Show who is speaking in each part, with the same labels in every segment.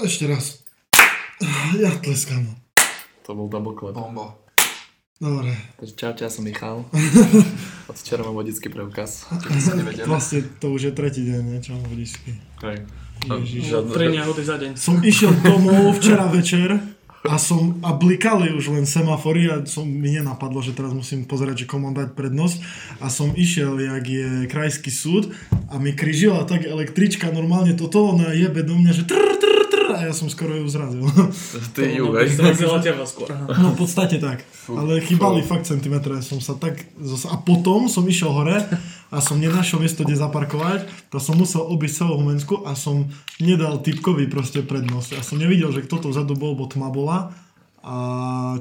Speaker 1: Ešte raz. Ja tleskám.
Speaker 2: To bol double clap.
Speaker 3: Bomba.
Speaker 1: Dobre.
Speaker 2: Takže čaute, ja som Michal. Od včera mám vodický preukaz.
Speaker 3: Keby sa nevedeli.
Speaker 1: Vlastne to už je tretí deň, nie? Čo mám vodičky.
Speaker 2: Hej.
Speaker 1: Ježiš.
Speaker 2: Žiadne.
Speaker 4: Tri nehody za deň.
Speaker 1: Som išiel domov včera večer a som a blikali už len semafory a som, mi nenapadlo, že teraz musím pozerať, že komu mám dať prednosť a som išiel, jak je krajský súd a mi križila tak električka normálne toto, ona jebe do mňa, že trr, trr, trr, a ja som skoro ju zrazil.
Speaker 2: Ty ju, hej.
Speaker 4: Zrazila teba skôr.
Speaker 1: No v podstate tak. Ale chýbali fakt centimetre. Som sa tak... zas- A potom som išiel hore a som nenašiel miesto, kde zaparkovať. To som musel obísť celú Humensku a som nedal typkovi proste prednosť. Ja som nevidel, že kto to vzadu bol, bo tma bola. A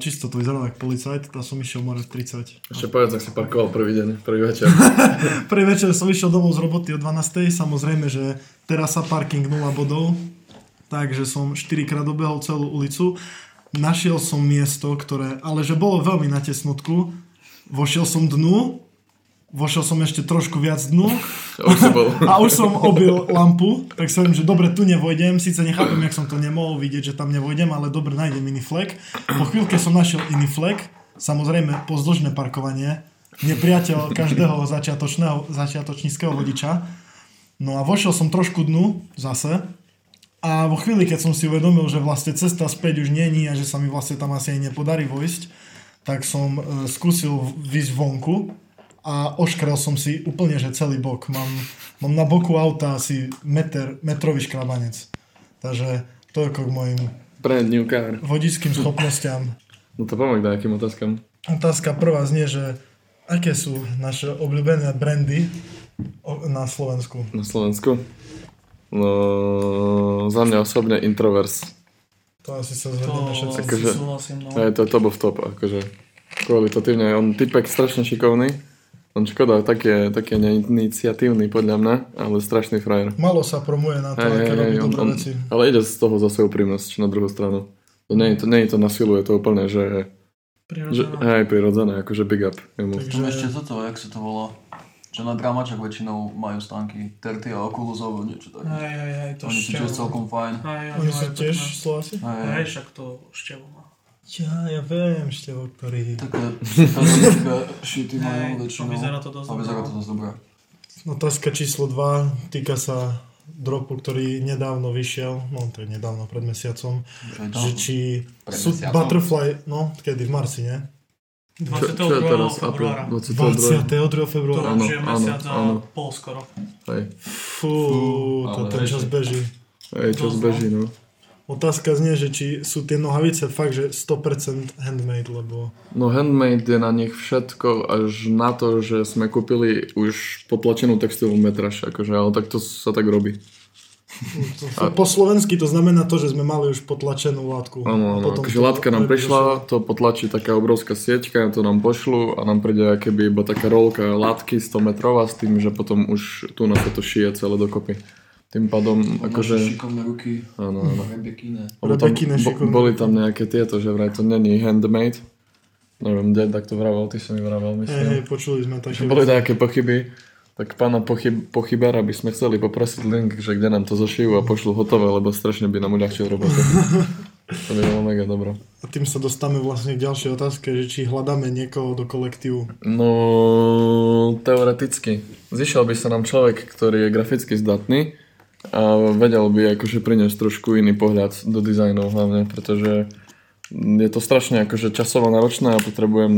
Speaker 1: čisto to vyzeralo ako policajt, tam som išiel more v 30.
Speaker 2: Ešte povedz, ak si parkoval prvý deň, prvý večer.
Speaker 1: Prvý večer som išiel domov z roboty o 12. Samozrejme, že teraz sa parking 0 bodov. Takže som 4 krát obehol celú ulicu. Našiel som miesto, ktoré, ale že bolo veľmi na tesnotku. Vošiel som dnu, vošiel som ešte trošku viac dnu
Speaker 2: Už si bol.
Speaker 1: a už som obil lampu, tak som že dobre, tu nevojdem, síce nechápem, jak som to nemohol vidieť, že tam nevojdem, ale dobre, nájdem iný flek. Po chvíľke som našiel iný flek, samozrejme pozdĺžne parkovanie, nepriateľ každého začiatočného, začiatočníckého vodiča. No a vošiel som trošku dnu zase a vo chvíli, keď som si uvedomil, že vlastne cesta späť už není a že sa mi vlastne tam asi aj nepodarí vojsť, tak som e, skúsil výsť vonku a oškrel som si úplne, že celý bok. Mám, mám na boku auta asi meter, metrový škrabanec. Takže toľko k mojim
Speaker 2: Brand new car.
Speaker 1: vodickým schopnostiam.
Speaker 2: No to pomáha nejakým otázkam.
Speaker 1: Otázka prvá znie, že aké sú naše obľúbené brandy o- na Slovensku?
Speaker 2: Na Slovensku. No, za mňa osobne Introverse.
Speaker 1: To asi sa
Speaker 4: To
Speaker 1: zvedeme všetci.
Speaker 4: si
Speaker 2: Akože-
Speaker 4: súhlasím, no.
Speaker 2: Hej, to je top of top, akože. Kvalitatívne, on typek strašne šikovný. On škoda, tak je, tak je neiniciatívny podľa mňa, ale strašný frajer.
Speaker 1: Malo sa promuje na to,
Speaker 2: Hej,
Speaker 1: aké
Speaker 2: hej,
Speaker 1: robí
Speaker 2: hej, on,
Speaker 1: dobré
Speaker 2: on,
Speaker 1: veci.
Speaker 2: ale ide z toho zase úprimnosť na druhú stranu. To nie, je- to nie je to nasiluje, to úplne, že, že
Speaker 1: No.
Speaker 4: Prirodzená.
Speaker 2: hej, prirodzené, akože big up. Jemu.
Speaker 1: Takže-
Speaker 3: Tam ešte toto, jak sa to volá? Že na dramačak väčšinou majú stánky terty a okulusov, niečo také.
Speaker 4: Hej, hej, hej, to
Speaker 3: Oni sú
Speaker 4: šťavo.
Speaker 3: tiež celkom fajn.
Speaker 4: Hej, hej,
Speaker 1: Oni
Speaker 4: hej,
Speaker 1: sú
Speaker 4: pekné.
Speaker 1: tiež Slováci?
Speaker 4: Hej,
Speaker 3: Hej,
Speaker 4: však to šťavo má.
Speaker 1: Ja, ja viem, števo, ktorý...
Speaker 3: Také pesnička, šity
Speaker 4: Hej,
Speaker 3: majú
Speaker 4: to
Speaker 3: väčšinou.
Speaker 4: vyzerá to dosť
Speaker 3: A vyzerá to
Speaker 4: dobre. no.
Speaker 3: dosť dobré.
Speaker 1: Otázka číslo 2 týka sa dropu, ktorý nedávno vyšiel, no to je nedávno, pred mesiacom,
Speaker 3: Že je to-
Speaker 1: že či
Speaker 3: Pred
Speaker 1: sú
Speaker 3: mesiacom?
Speaker 1: butterfly, no kedy v marci, nie?
Speaker 2: Čo, čo je
Speaker 4: 22.
Speaker 2: teraz?
Speaker 4: februára.
Speaker 2: 22.
Speaker 1: 22.
Speaker 4: To
Speaker 1: februára.
Speaker 2: áno,
Speaker 4: už je mesiac a
Speaker 2: áno.
Speaker 4: pol skoro.
Speaker 2: Hej,
Speaker 1: Fú, to
Speaker 3: ale
Speaker 1: ten čas
Speaker 3: ešte.
Speaker 1: beží.
Speaker 2: hej, čo
Speaker 4: To
Speaker 2: zbeží, no.
Speaker 1: Otázka znie, že či sú tie nohavice fakt, že 100% handmade, lebo
Speaker 2: No handmade je na nich všetko až na to, že sme kúpili už potlačenú textilnú metraž, akože, ale tak to sa tak robí.
Speaker 1: A... po slovensky to znamená to, že sme mali už potlačenú látku.
Speaker 2: Áno, áno, akože látka nám prišla, to potlačí taká obrovská sieťka, to nám pošlu a nám príde keby iba taká rolka látky 100 metrová s tým, že potom už tu na sa to šije celé dokopy. Tým pádom,
Speaker 1: No,
Speaker 3: Naše
Speaker 2: akože,
Speaker 3: šikovné ruky,
Speaker 2: áno, áno.
Speaker 3: pekné.
Speaker 2: Lebo tam,
Speaker 1: Rebekine
Speaker 2: bo,
Speaker 1: šikovné.
Speaker 2: boli tam nejaké tieto, že vraj to není handmade. Neviem, kde, tak to vravel, ty si mi
Speaker 1: Hej,
Speaker 2: vravel, myslím.
Speaker 1: hej, počuli sme také.
Speaker 2: Že boli nejaké pochyby, tak pána pochyb, pochybára by sme chceli poprosiť link, že kde nám to zošijú a pošlu hotové, lebo strašne by nám uľahčil robotu. to by bolo mega dobro.
Speaker 1: A tým sa dostávame vlastne k ďalšej otázke, že či hľadáme niekoho do kolektívu.
Speaker 2: No, teoreticky. Zišiel by sa nám človek, ktorý je graficky zdatný a vedel by akože priniesť trošku iný pohľad do dizajnov hlavne, pretože je to strašne akože časovo náročné a potrebujem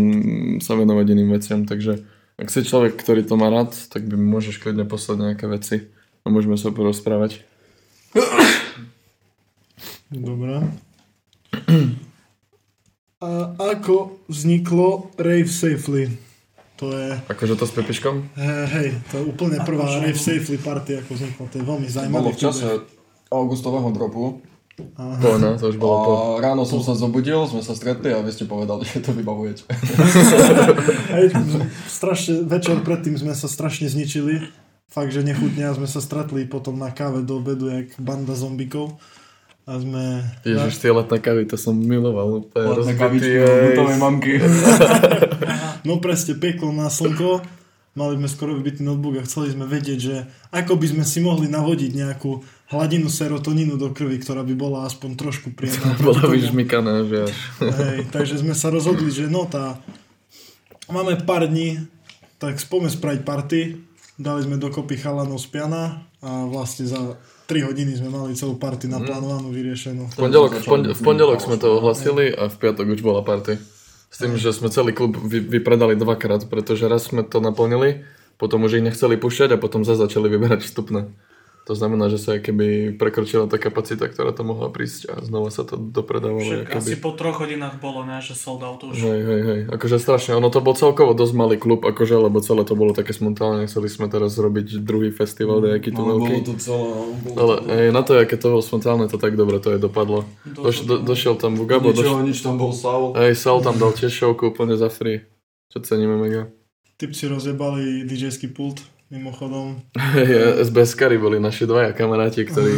Speaker 2: sa venovať iným veciam, takže ak si človek, ktorý to má rád, tak by mi môžeš kľudne poslať nejaké veci a môžeme sa porozprávať.
Speaker 1: Dobre. A ako vzniklo Rave Safely? To je,
Speaker 2: Akože to s Pepiškom?
Speaker 1: he- hej, to je úplne prvá Rave Safely party, ako vznikla. To je veľmi zaujímavé.
Speaker 3: Bolo v čase augustového dropu.
Speaker 2: To, no, to už bolo po.
Speaker 3: A ráno som sa zobudil, sme sa stretli a vy ste povedali, že to vybavujete.
Speaker 1: Hej, strašne, večer predtým sme sa strašne zničili. Fakt, že nechutne a sme sa stretli potom na káve do obedu, jak banda zombikov. A sme...
Speaker 2: Ježiš, tie letné kavy, to som miloval. Úplne
Speaker 3: Letné
Speaker 2: rozbitý,
Speaker 3: kavičky
Speaker 2: ej.
Speaker 3: od nutovej mamky.
Speaker 1: No presne, peklo na slnko, mali sme skoro vybitý notebook a chceli sme vedieť, že ako by sme si mohli navodiť nejakú hladinu serotonínu do krvi, ktorá by bola aspoň trošku príjemná.
Speaker 2: Bola
Speaker 1: Preto-
Speaker 2: vyžmykaná, že až.
Speaker 1: Hej, takže sme sa rozhodli, že no tá, máme pár dní, tak spome spraviť party. Dali sme dokopy chalanov z piana a vlastne za 3 hodiny sme mali celú
Speaker 2: Mhm.
Speaker 1: party naplánovanú, vyriešenú.
Speaker 2: V pondelok, v ponde- v pondelok sme to ohlasili a v piatok už bola party. S tým, že sme celý klub vy, vypredali dvakrát, pretože raz sme to naplnili, potom už ich nechceli pušťať a potom zase začali vyberať vstupné. To znamená, že sa keby prekročila tá kapacita, ktorá tam mohla prísť a znova sa to dopredávalo.
Speaker 4: Však
Speaker 2: Keby...
Speaker 4: asi po troch hodinách bolo, ne, že sold out už.
Speaker 2: Hej, hej, hej. Akože strašne. Ono to bol celkovo dosť malý klub, akože, lebo celé to bolo také spontánne. Chceli sme teraz zrobiť druhý festival nejaký tu
Speaker 5: Ale
Speaker 2: veľký.
Speaker 5: no, bolo to celé... Bolo
Speaker 2: Ale
Speaker 5: to,
Speaker 2: hej, na to, aké to bolo spontánne, to tak dobre to aj dopadlo.
Speaker 4: Došlo
Speaker 2: Doš, do,
Speaker 4: to-
Speaker 2: došiel tam Bugabo, došiel
Speaker 5: ničoho, nič tam bol Saul.
Speaker 2: Hej, Sal tam dal tiež šovku úplne za free. Čo ceníme mega.
Speaker 1: Typci rozjebali DJ-ský pult, mimochodom.
Speaker 2: Hej, SBS Kari boli naši dvaja kamaráti, ktorí...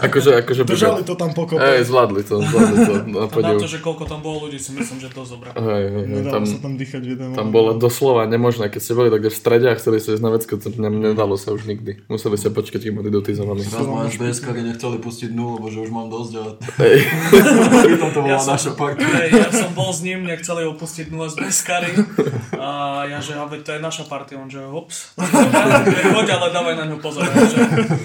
Speaker 2: akože, akože...
Speaker 1: Držali to tam
Speaker 2: Hej,
Speaker 1: pokope.
Speaker 2: zvládli to, zvládli to. Na
Speaker 4: A na to,
Speaker 2: podiv.
Speaker 4: že koľko tam bolo ľudí, si myslím, že dosť dobré.
Speaker 2: Hej, hej, hej, tam,
Speaker 1: Nedalo sa tam dýchať v jeden moment.
Speaker 2: tam bolo doslova nemožné, keď ste boli takde v strede a chceli ste ísť na vecko, to ne, nedalo sa už nikdy. Museli ste počkať, kým boli dotizovaní.
Speaker 5: Teraz ma SBS-kari nechceli pustiť dnu, lebo že už mám dosť a
Speaker 2: Hej,
Speaker 5: pritom to bola
Speaker 4: Ja som-
Speaker 5: naša party.
Speaker 4: Hej, ja som bol s ním, nechceli opustiť nula z Beskary. A ja že, a veď to je naša party, on že, hops. Choď, ale dávaj na ňu pozor. ja Že,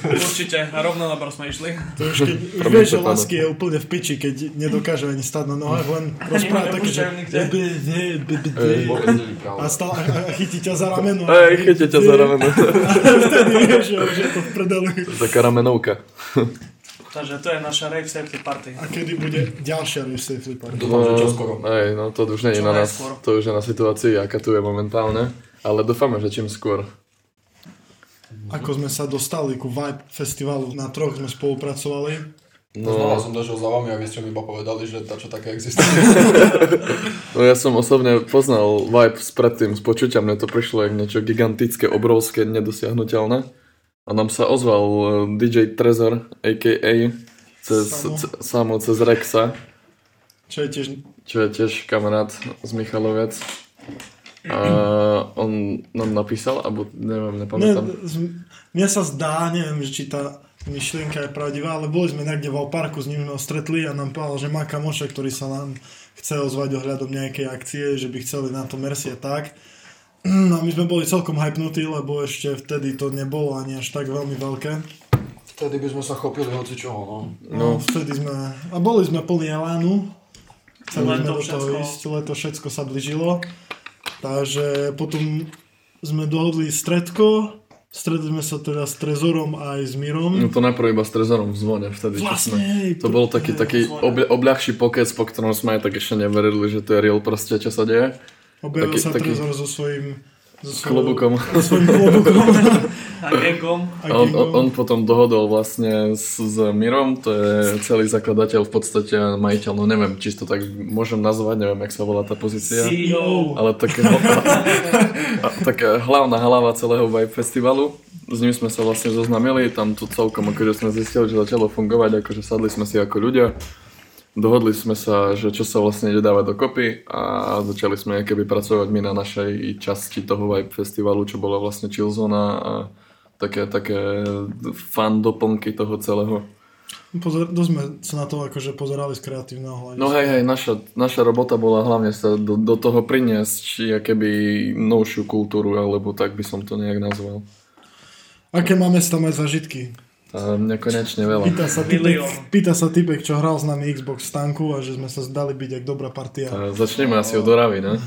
Speaker 4: určite, a rovno na bar sme išli.
Speaker 1: To už keď, už
Speaker 2: Prvý
Speaker 1: vieš, že
Speaker 2: prepadol.
Speaker 1: lásky je úplne v piči, keď nedokáže ani stať na nohách, len rozpráva
Speaker 4: Ani
Speaker 1: také, že...
Speaker 4: nepúšťajú nikde.
Speaker 1: Jebe, je, be, be, be.
Speaker 2: No,
Speaker 1: A stále a, a chytí ťa za rameno.
Speaker 2: hej, chyťte ťa za rameno.
Speaker 1: Vtedy vieš, že už je to v prdeli.
Speaker 2: Taká ramenovka.
Speaker 4: Takže to je naša rave safety party.
Speaker 1: A kedy bude ďalšia Rave Safely Party?
Speaker 5: Dúfam, že čoskoro.
Speaker 2: Hej, no to už nie je
Speaker 4: Čo
Speaker 2: na nás,
Speaker 4: najskôr.
Speaker 2: to už je na situácii, aká tu je momentálne. Ale dúfame, že čím skôr.
Speaker 1: Ako sme sa dostali ku Vibe festivalu, na troch sme spolupracovali.
Speaker 5: No. Znova som došiel za vami a vy ste mi iba povedali, že dačo také existuje.
Speaker 2: No ja som osobne poznal Vibe s predtým, z počutia mne to prišlo jak niečo gigantické, obrovské, nedosiahnutelné. A nám sa ozval eh, DJ Trezor, a.k.a. Cez,
Speaker 1: Samo.
Speaker 2: ce- samo cez Rexa,
Speaker 1: Čo je tiež...
Speaker 2: čo je tiež kamarát z Michaloviec. A on nám napísal, alebo neviem,
Speaker 1: Ne,
Speaker 2: nepamätám.
Speaker 1: z- mne sa zdá, neviem, že či tá myšlienka je pravdivá, ale boli sme niekde vo parku, s ním sme ho stretli a nám povedal, že má kamoša, ktorý sa nám chce ozvať ohľadom nejakej akcie, že by chceli na to Mercy a tak. No a my sme boli celkom hypnutí, lebo ešte vtedy to nebolo ani až tak veľmi veľké.
Speaker 5: Vtedy by sme sa chopili hoci čoho, no.
Speaker 1: No, vtedy sme... A boli sme plní elánu. Chceli
Speaker 4: Leto
Speaker 1: sme do toho
Speaker 4: všetko.
Speaker 1: ísť, leto všetko sa blížilo. Takže potom sme dohodli stredko. Stredli sme sa teda s Trezorom aj s
Speaker 2: No
Speaker 1: Mirom.
Speaker 2: to najprv iba s Trezorom v zvone vtedy, čo
Speaker 1: Vlastne,
Speaker 2: sme.
Speaker 1: hej,
Speaker 2: To bol taký,
Speaker 1: hej,
Speaker 2: taký
Speaker 4: zvone.
Speaker 2: obľa, obľahší pokec, po ktorom sme aj tak ešte neverili, že to je real proste, čo sa deje.
Speaker 1: Objavil
Speaker 2: taký-
Speaker 1: sa
Speaker 2: taký-
Speaker 1: Trezor so svojím... So svojou-
Speaker 2: Klobukom.
Speaker 1: so Svojím klobukom.
Speaker 4: A gagom.
Speaker 1: A
Speaker 2: A on, on,
Speaker 1: kingom.
Speaker 2: on potom dohodol vlastne s, s Mirom, to je celý zakladateľ v podstate a majiteľ, no neviem, či to tak môžem nazvať, neviem, jak sa volá tá pozícia.
Speaker 4: CEO.
Speaker 2: Ale tak, a, tak eh, hlavná hlava celého Vibe festivalu. S ním sme sa vlastne zoznamili, tam to celkom akože sme zistili, že začalo fungovať, akože sadli sme si ako ľudia. Dohodli sme sa, že čo sa vlastne ide dávať dokopy a začali sme keby pracovať my na našej časti toho Vibe festivalu, čo bola vlastne chillzona a také, také fan doplnky toho celého.
Speaker 1: Pozer- dosť sme sa na to akože pozerali z kreatívneho hľadiska.
Speaker 2: No hej, hej, naša, naša robota bola hlavne sa do, do toho priniesť keby novšiu kultúru, alebo tak by som to nejak nazval.
Speaker 1: Aké máme tam aj zažitky?
Speaker 2: A nekonečne veľa.
Speaker 1: Pýta sa, typek,
Speaker 4: Milión.
Speaker 1: pýta sa typek, čo hral s nami Xbox stanku a že sme sa zdali byť jak dobrá partia.
Speaker 2: A začneme asi od Oravy, ne?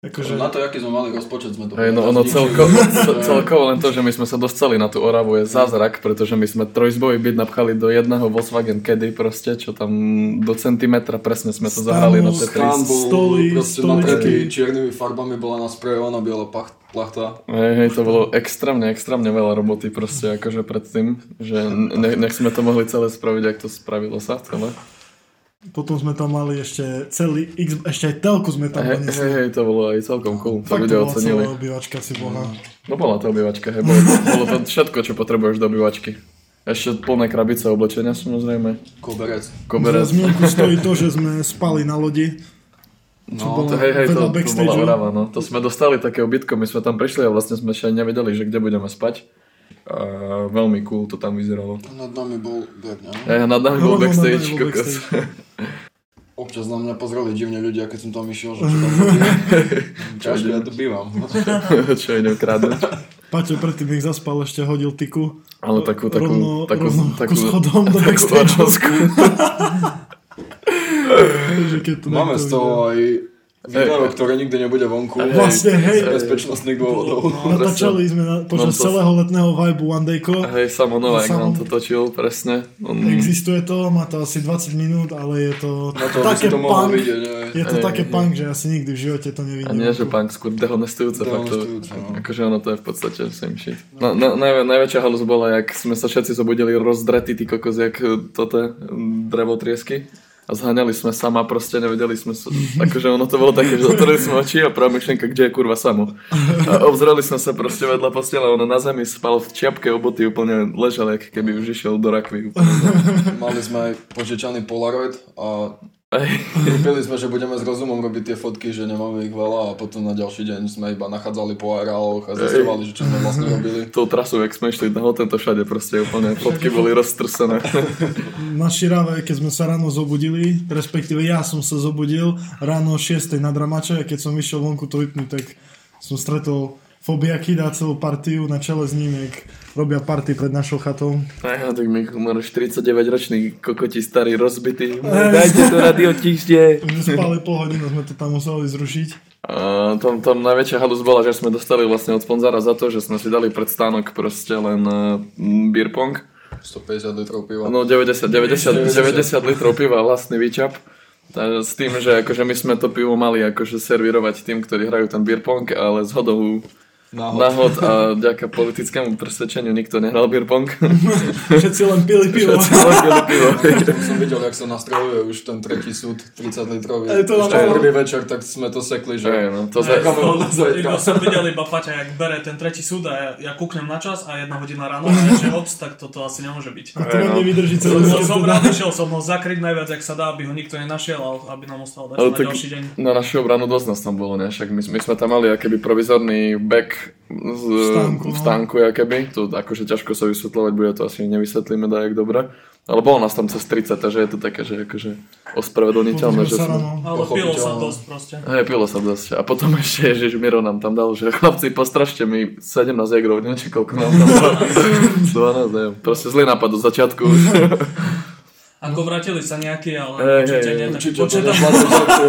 Speaker 1: Akože,
Speaker 5: Na to, aký sme mali rozpočet, sme to
Speaker 2: Hej, no ono celko, ce- celkovo len to, že my sme sa dostali na tú Oravu je zázrak, pretože my sme trojzbový byt napchali do jedného Volkswagen Caddy proste, čo tam do centimetra presne sme to zahrali na
Speaker 5: Stan
Speaker 2: Tetris.
Speaker 5: bol
Speaker 1: Stoly,
Speaker 5: proste
Speaker 1: stoličky.
Speaker 5: natretý čiernymi farbami, bola nasprejovaná biela pach- plachta.
Speaker 2: Hej, hej, to bolo extrémne, extrémne veľa roboty proste akože predtým, že ne, nech sme to mohli celé spraviť, ak to spravilo sa celé.
Speaker 1: Potom sme tam mali ešte celý X, ešte aj telku sme tam
Speaker 2: Hej,
Speaker 1: doniesli.
Speaker 2: hej, hej, to bolo aj celkom cool, to
Speaker 1: Fakt to
Speaker 2: ľudia
Speaker 1: bola celá
Speaker 2: ocenili.
Speaker 1: obývačka si boha.
Speaker 2: No bola to obývačka, hej, bolo, bolo to všetko, čo potrebuješ do obývačky. Ešte plné krabice oblečenia samozrejme,
Speaker 5: Koberec.
Speaker 1: Za
Speaker 2: koberec.
Speaker 1: zmienku stojí to, že sme spali na lodi.
Speaker 5: No,
Speaker 1: bolo-
Speaker 2: To, hej, hej,
Speaker 1: Vedľa
Speaker 2: to, to
Speaker 1: backstage,
Speaker 2: bola
Speaker 1: no.
Speaker 2: orava, no. To sme dostali také ubytko, my sme tam prišli a vlastne sme ešte aj nevedeli, že kde budeme spať. a veľmi cool to tam vyzeralo.
Speaker 5: Nad nami bol Berg, ne?
Speaker 2: Ja nad nami bol
Speaker 1: Roman nad nami
Speaker 2: backstage,
Speaker 1: no, bol
Speaker 2: kokos.
Speaker 5: Občas na mňa pozreli divne ľudia, keď som tam išiel, že čo tam robím. Čažko, ja tu bývam.
Speaker 2: Čo idem kradnúť.
Speaker 1: Paťo predtým, nech zaspal, ešte hodil tyku.
Speaker 2: Ale takú, takú,
Speaker 1: rovno,
Speaker 2: takú,
Speaker 1: rovno
Speaker 2: takú,
Speaker 1: ku schodom do backstage.
Speaker 2: otázku.
Speaker 1: Takže keď to
Speaker 5: Máme
Speaker 1: niekto
Speaker 5: z toho aj video, ktoré nikdy nebude vonku.
Speaker 1: videl. Vlastne, hej. No.
Speaker 5: Z bezpečnostných dôvodov.
Speaker 1: Natačali sme na, počas
Speaker 2: Mám to-
Speaker 1: celého letného vibe One Dayko.
Speaker 2: Hej, Samo Novák
Speaker 1: Samo-
Speaker 2: nám to točil, presne. On,
Speaker 1: Mm. Existuje to, má to asi 20 minút, ale je to,
Speaker 5: Na to, aby si
Speaker 1: také
Speaker 5: to mohol
Speaker 1: punk.
Speaker 5: vidieť, ne?
Speaker 1: Je to
Speaker 2: Hej,
Speaker 1: také
Speaker 2: hej.
Speaker 1: punk, že asi nikdy v živote to
Speaker 2: a
Speaker 1: nevidím.
Speaker 2: nie, že punk, skôr dehonestujúce fakt to.
Speaker 5: Dehonestujúce, no.
Speaker 2: Akože ono to je v podstate same shit. No, na, najvä, najväčšia halus bola, jak sme sa všetci zobudili rozdretí, ty kokos, jak eh, toto drevo triesky. A zháňali sme sama, proste nevedeli sme sa. Akože ono to bolo také, že zatvorili sme oči a prvá myšlienka, kde je kurva samo. A obzreli sme sa proste vedľa postele, ono na zemi spal v čiapke oboty, úplne ležal, jak keby už išiel do rakvy.
Speaker 5: Mali sme aj požičaný Polaroid a
Speaker 2: Ej,
Speaker 5: Kúpili sme, že budeme s rozumom robiť tie fotky, že nemáme ich veľa a potom na ďalší deň sme iba nachádzali po areáloch a zistovali, že čo sme vlastne robili.
Speaker 2: tou trasou, jak sme išli na hotel, to všade proste úplne fotky boli roztrsené.
Speaker 1: Na Širave, keď sme sa ráno zobudili, respektíve ja som sa zobudil ráno o 6 na Dramače a keď som išiel vonku to vypnúť, tak som stretol Fobiaky dá celú partiu na čele s ním, jak robia party pred našou chatou.
Speaker 2: Aj, tak mi umrl 49-ročný kokoti starý, rozbitý. Dajte to radio tište.
Speaker 1: My sme spali pol hodinu, sme to tam museli zrušiť.
Speaker 2: A tam, tam najväčšia halus bola, že sme dostali vlastne od sponzora za to, že sme si dali pred stánok proste len uh, beer pong.
Speaker 5: 150 litrov piva.
Speaker 2: No 90, 90, 90 litrov piva, vlastný výčap. Tá- S tým, že akože my sme to pivo mali akože servírovať tým, ktorí hrajú ten beer pong, ale z hodou náhod, náhod a vďaka politickému presvedčeniu nikto nehral beer pong.
Speaker 1: Všetci len pili pivo.
Speaker 2: Všetci len pili pivo.
Speaker 5: Tam som videl, jak sa nastrojuje už ten tretí súd, 30 litrov.
Speaker 1: Ale to
Speaker 5: Ešte
Speaker 1: nám-
Speaker 5: aj prvý večer, tak sme to sekli,
Speaker 2: Hej,
Speaker 5: že...
Speaker 2: no, to za,
Speaker 4: Iba som videl iba Paťa, jak bere ten tretí súd a ja, ja kúknem na čas a jedna hodina ráno a že hops, tak toto asi nemôže byť.
Speaker 1: To
Speaker 2: no.
Speaker 1: na mne vydrží celý
Speaker 4: Som
Speaker 1: víkend teda.
Speaker 4: zobral, išiel som ho zakryť najviac, ak sa dá, aby ho nikto nenašiel, ale aby nám ostal dať
Speaker 2: Ale
Speaker 4: na
Speaker 2: tak
Speaker 4: ďalší deň.
Speaker 2: na našu obranu dosť nás tam bolo, ne? Však my, my sme tam mali akéby provizorný back z,
Speaker 1: stánku,
Speaker 2: v stánku,
Speaker 1: no.
Speaker 2: v stánku akéby. To akože ťažko sa vysvetľovať, bude to asi nevysvetlíme dajak dobre. Ale bolo nás tam cez 30, takže je to také, že akože ospravedlniteľné,
Speaker 1: Pozrieme
Speaker 2: že
Speaker 1: sa
Speaker 2: sme...
Speaker 1: ráno.
Speaker 4: Ale pilo sa
Speaker 5: Pochopiteľné.
Speaker 4: dosť proste.
Speaker 2: Hej, pilo sa dosť. A potom ešte Ježiš Miro nám tam dal, že chlapci, postrašte mi 17 egrov, neviem, či koľko nám tam dal. 12, neviem. Proste zlý nápad od začiatku.
Speaker 1: Hm.
Speaker 4: Ako vrátili sa nejakí, ale
Speaker 2: Hej,
Speaker 4: určite
Speaker 2: hej,
Speaker 4: nie. taký
Speaker 5: Určite to
Speaker 4: počet-
Speaker 5: nešla do sekcie.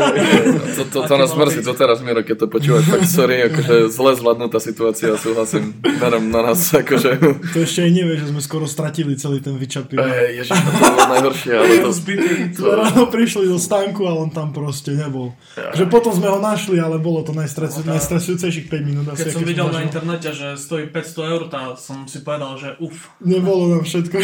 Speaker 2: To, to, to nás mrzí, to teraz Miro, keď to počúvaš, tak sorry, akože zle zvládnutá situácia, súhlasím, berem na nás, akože,
Speaker 1: To ešte aj nevie, že sme skoro stratili celý ten vyčapý.
Speaker 2: Ej, ježiš, to bolo najhoršie, ale to, to,
Speaker 1: Sme ráno prišli do stánku a on tam proste nebol. Že potom sme ho našli, ale bolo to
Speaker 2: No
Speaker 1: najstres- najstresujúcejších 5 minút asi.
Speaker 4: Keď som
Speaker 1: aké
Speaker 4: videl
Speaker 1: sme
Speaker 4: na
Speaker 1: zažili.
Speaker 4: internete, že stojí 500 eur, tá som si povedal, že uf.
Speaker 1: Nebolo nám všetko.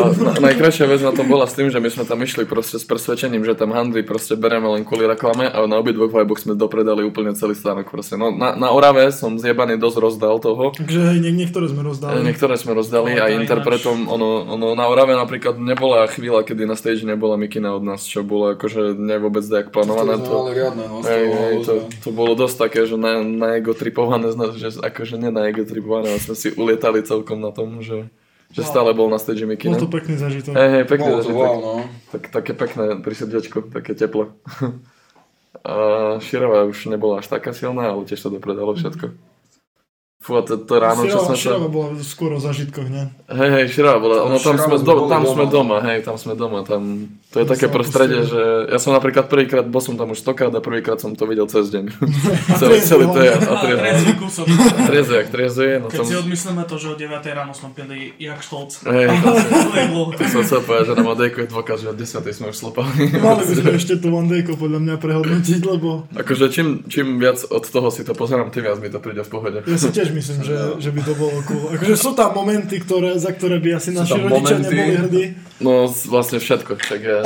Speaker 2: a na, najkrajšia vec na tom bola s tým, že my sme tam išli proste s presvedčením, že tam handry proste bereme len kvôli reklame a na obidvoch vajboch sme dopredali úplne celý stánok proste. No, na, na Orave som zjebaný dosť rozdal toho,
Speaker 1: Takže hej, niek- niektoré sme
Speaker 2: Ale
Speaker 1: rozdali.
Speaker 2: Niektoré sme rozdali
Speaker 4: Ale
Speaker 2: a
Speaker 4: to ináč-
Speaker 2: interpretom, ono, ono na Orave napríklad nebola chvíľa, kedy na stage nebola mikina od nás, čo bolo akože nevôbec tak plánované.
Speaker 5: To sme mali
Speaker 2: To,
Speaker 5: riadne, no, z
Speaker 2: hej, hej,
Speaker 5: toho
Speaker 2: to,
Speaker 5: halúza.
Speaker 2: to bolo dosť také, že na, na ego tripované z nás, že akože nie na ego tripované, ale sme si ulietali celkom na tom, že, že stále bol na stage
Speaker 1: Bol
Speaker 2: mikina.
Speaker 1: to pekný zážitok.
Speaker 2: Hej, hej, pekný
Speaker 5: No Bolo to
Speaker 2: zážitok.
Speaker 5: wow, no.
Speaker 2: Tak, také pekné pri srdiečku, také teple. A Širova už nebola až taká silná, ale tiež sa dopredalo všetko. Fú, a to, to ráno, čo
Speaker 1: Širava,
Speaker 2: sme sa...
Speaker 1: Širava bola skôr o zážitkoch, ne?
Speaker 2: Hej, hej, Širava bola, ono tam,
Speaker 5: Širava
Speaker 2: sme,
Speaker 5: už
Speaker 2: do,
Speaker 5: boli
Speaker 2: tam
Speaker 5: doma.
Speaker 2: sme doma, hej, tam sme doma, tam, to je
Speaker 1: Tam
Speaker 2: také
Speaker 1: sa
Speaker 2: prostredie,
Speaker 1: opustili.
Speaker 2: že ja som napríklad prvýkrát, bol som tam už stokrát a prvýkrát som to videl cez deň. celý, celý to je, a
Speaker 4: A
Speaker 2: triezve,
Speaker 4: tretí kúsok.
Speaker 2: triezve, jak triezve, no
Speaker 4: Keď
Speaker 2: tam,
Speaker 4: si odmyslíme to, že o 9 ráno sme pili jak štolc.
Speaker 2: hej,
Speaker 4: Celé dlho.
Speaker 2: to som chcel povedať, že na Madejku je dôkaz, že od 10 sme už slopali.
Speaker 1: Mali by sme ešte tú One Dayko podľa mňa prehodnotiť, lebo
Speaker 2: Akože čím, čím viac od toho si to pozerám, tým viac mi to príde v pohode.
Speaker 1: ja si tiež myslím, že, že by to bolo cool. Akože sú tam momenty, ktoré, za ktoré by asi naši
Speaker 2: tam
Speaker 1: rodičia
Speaker 2: momenty.
Speaker 1: neboli hrdí.
Speaker 2: No s- vlastne všetko, však ja,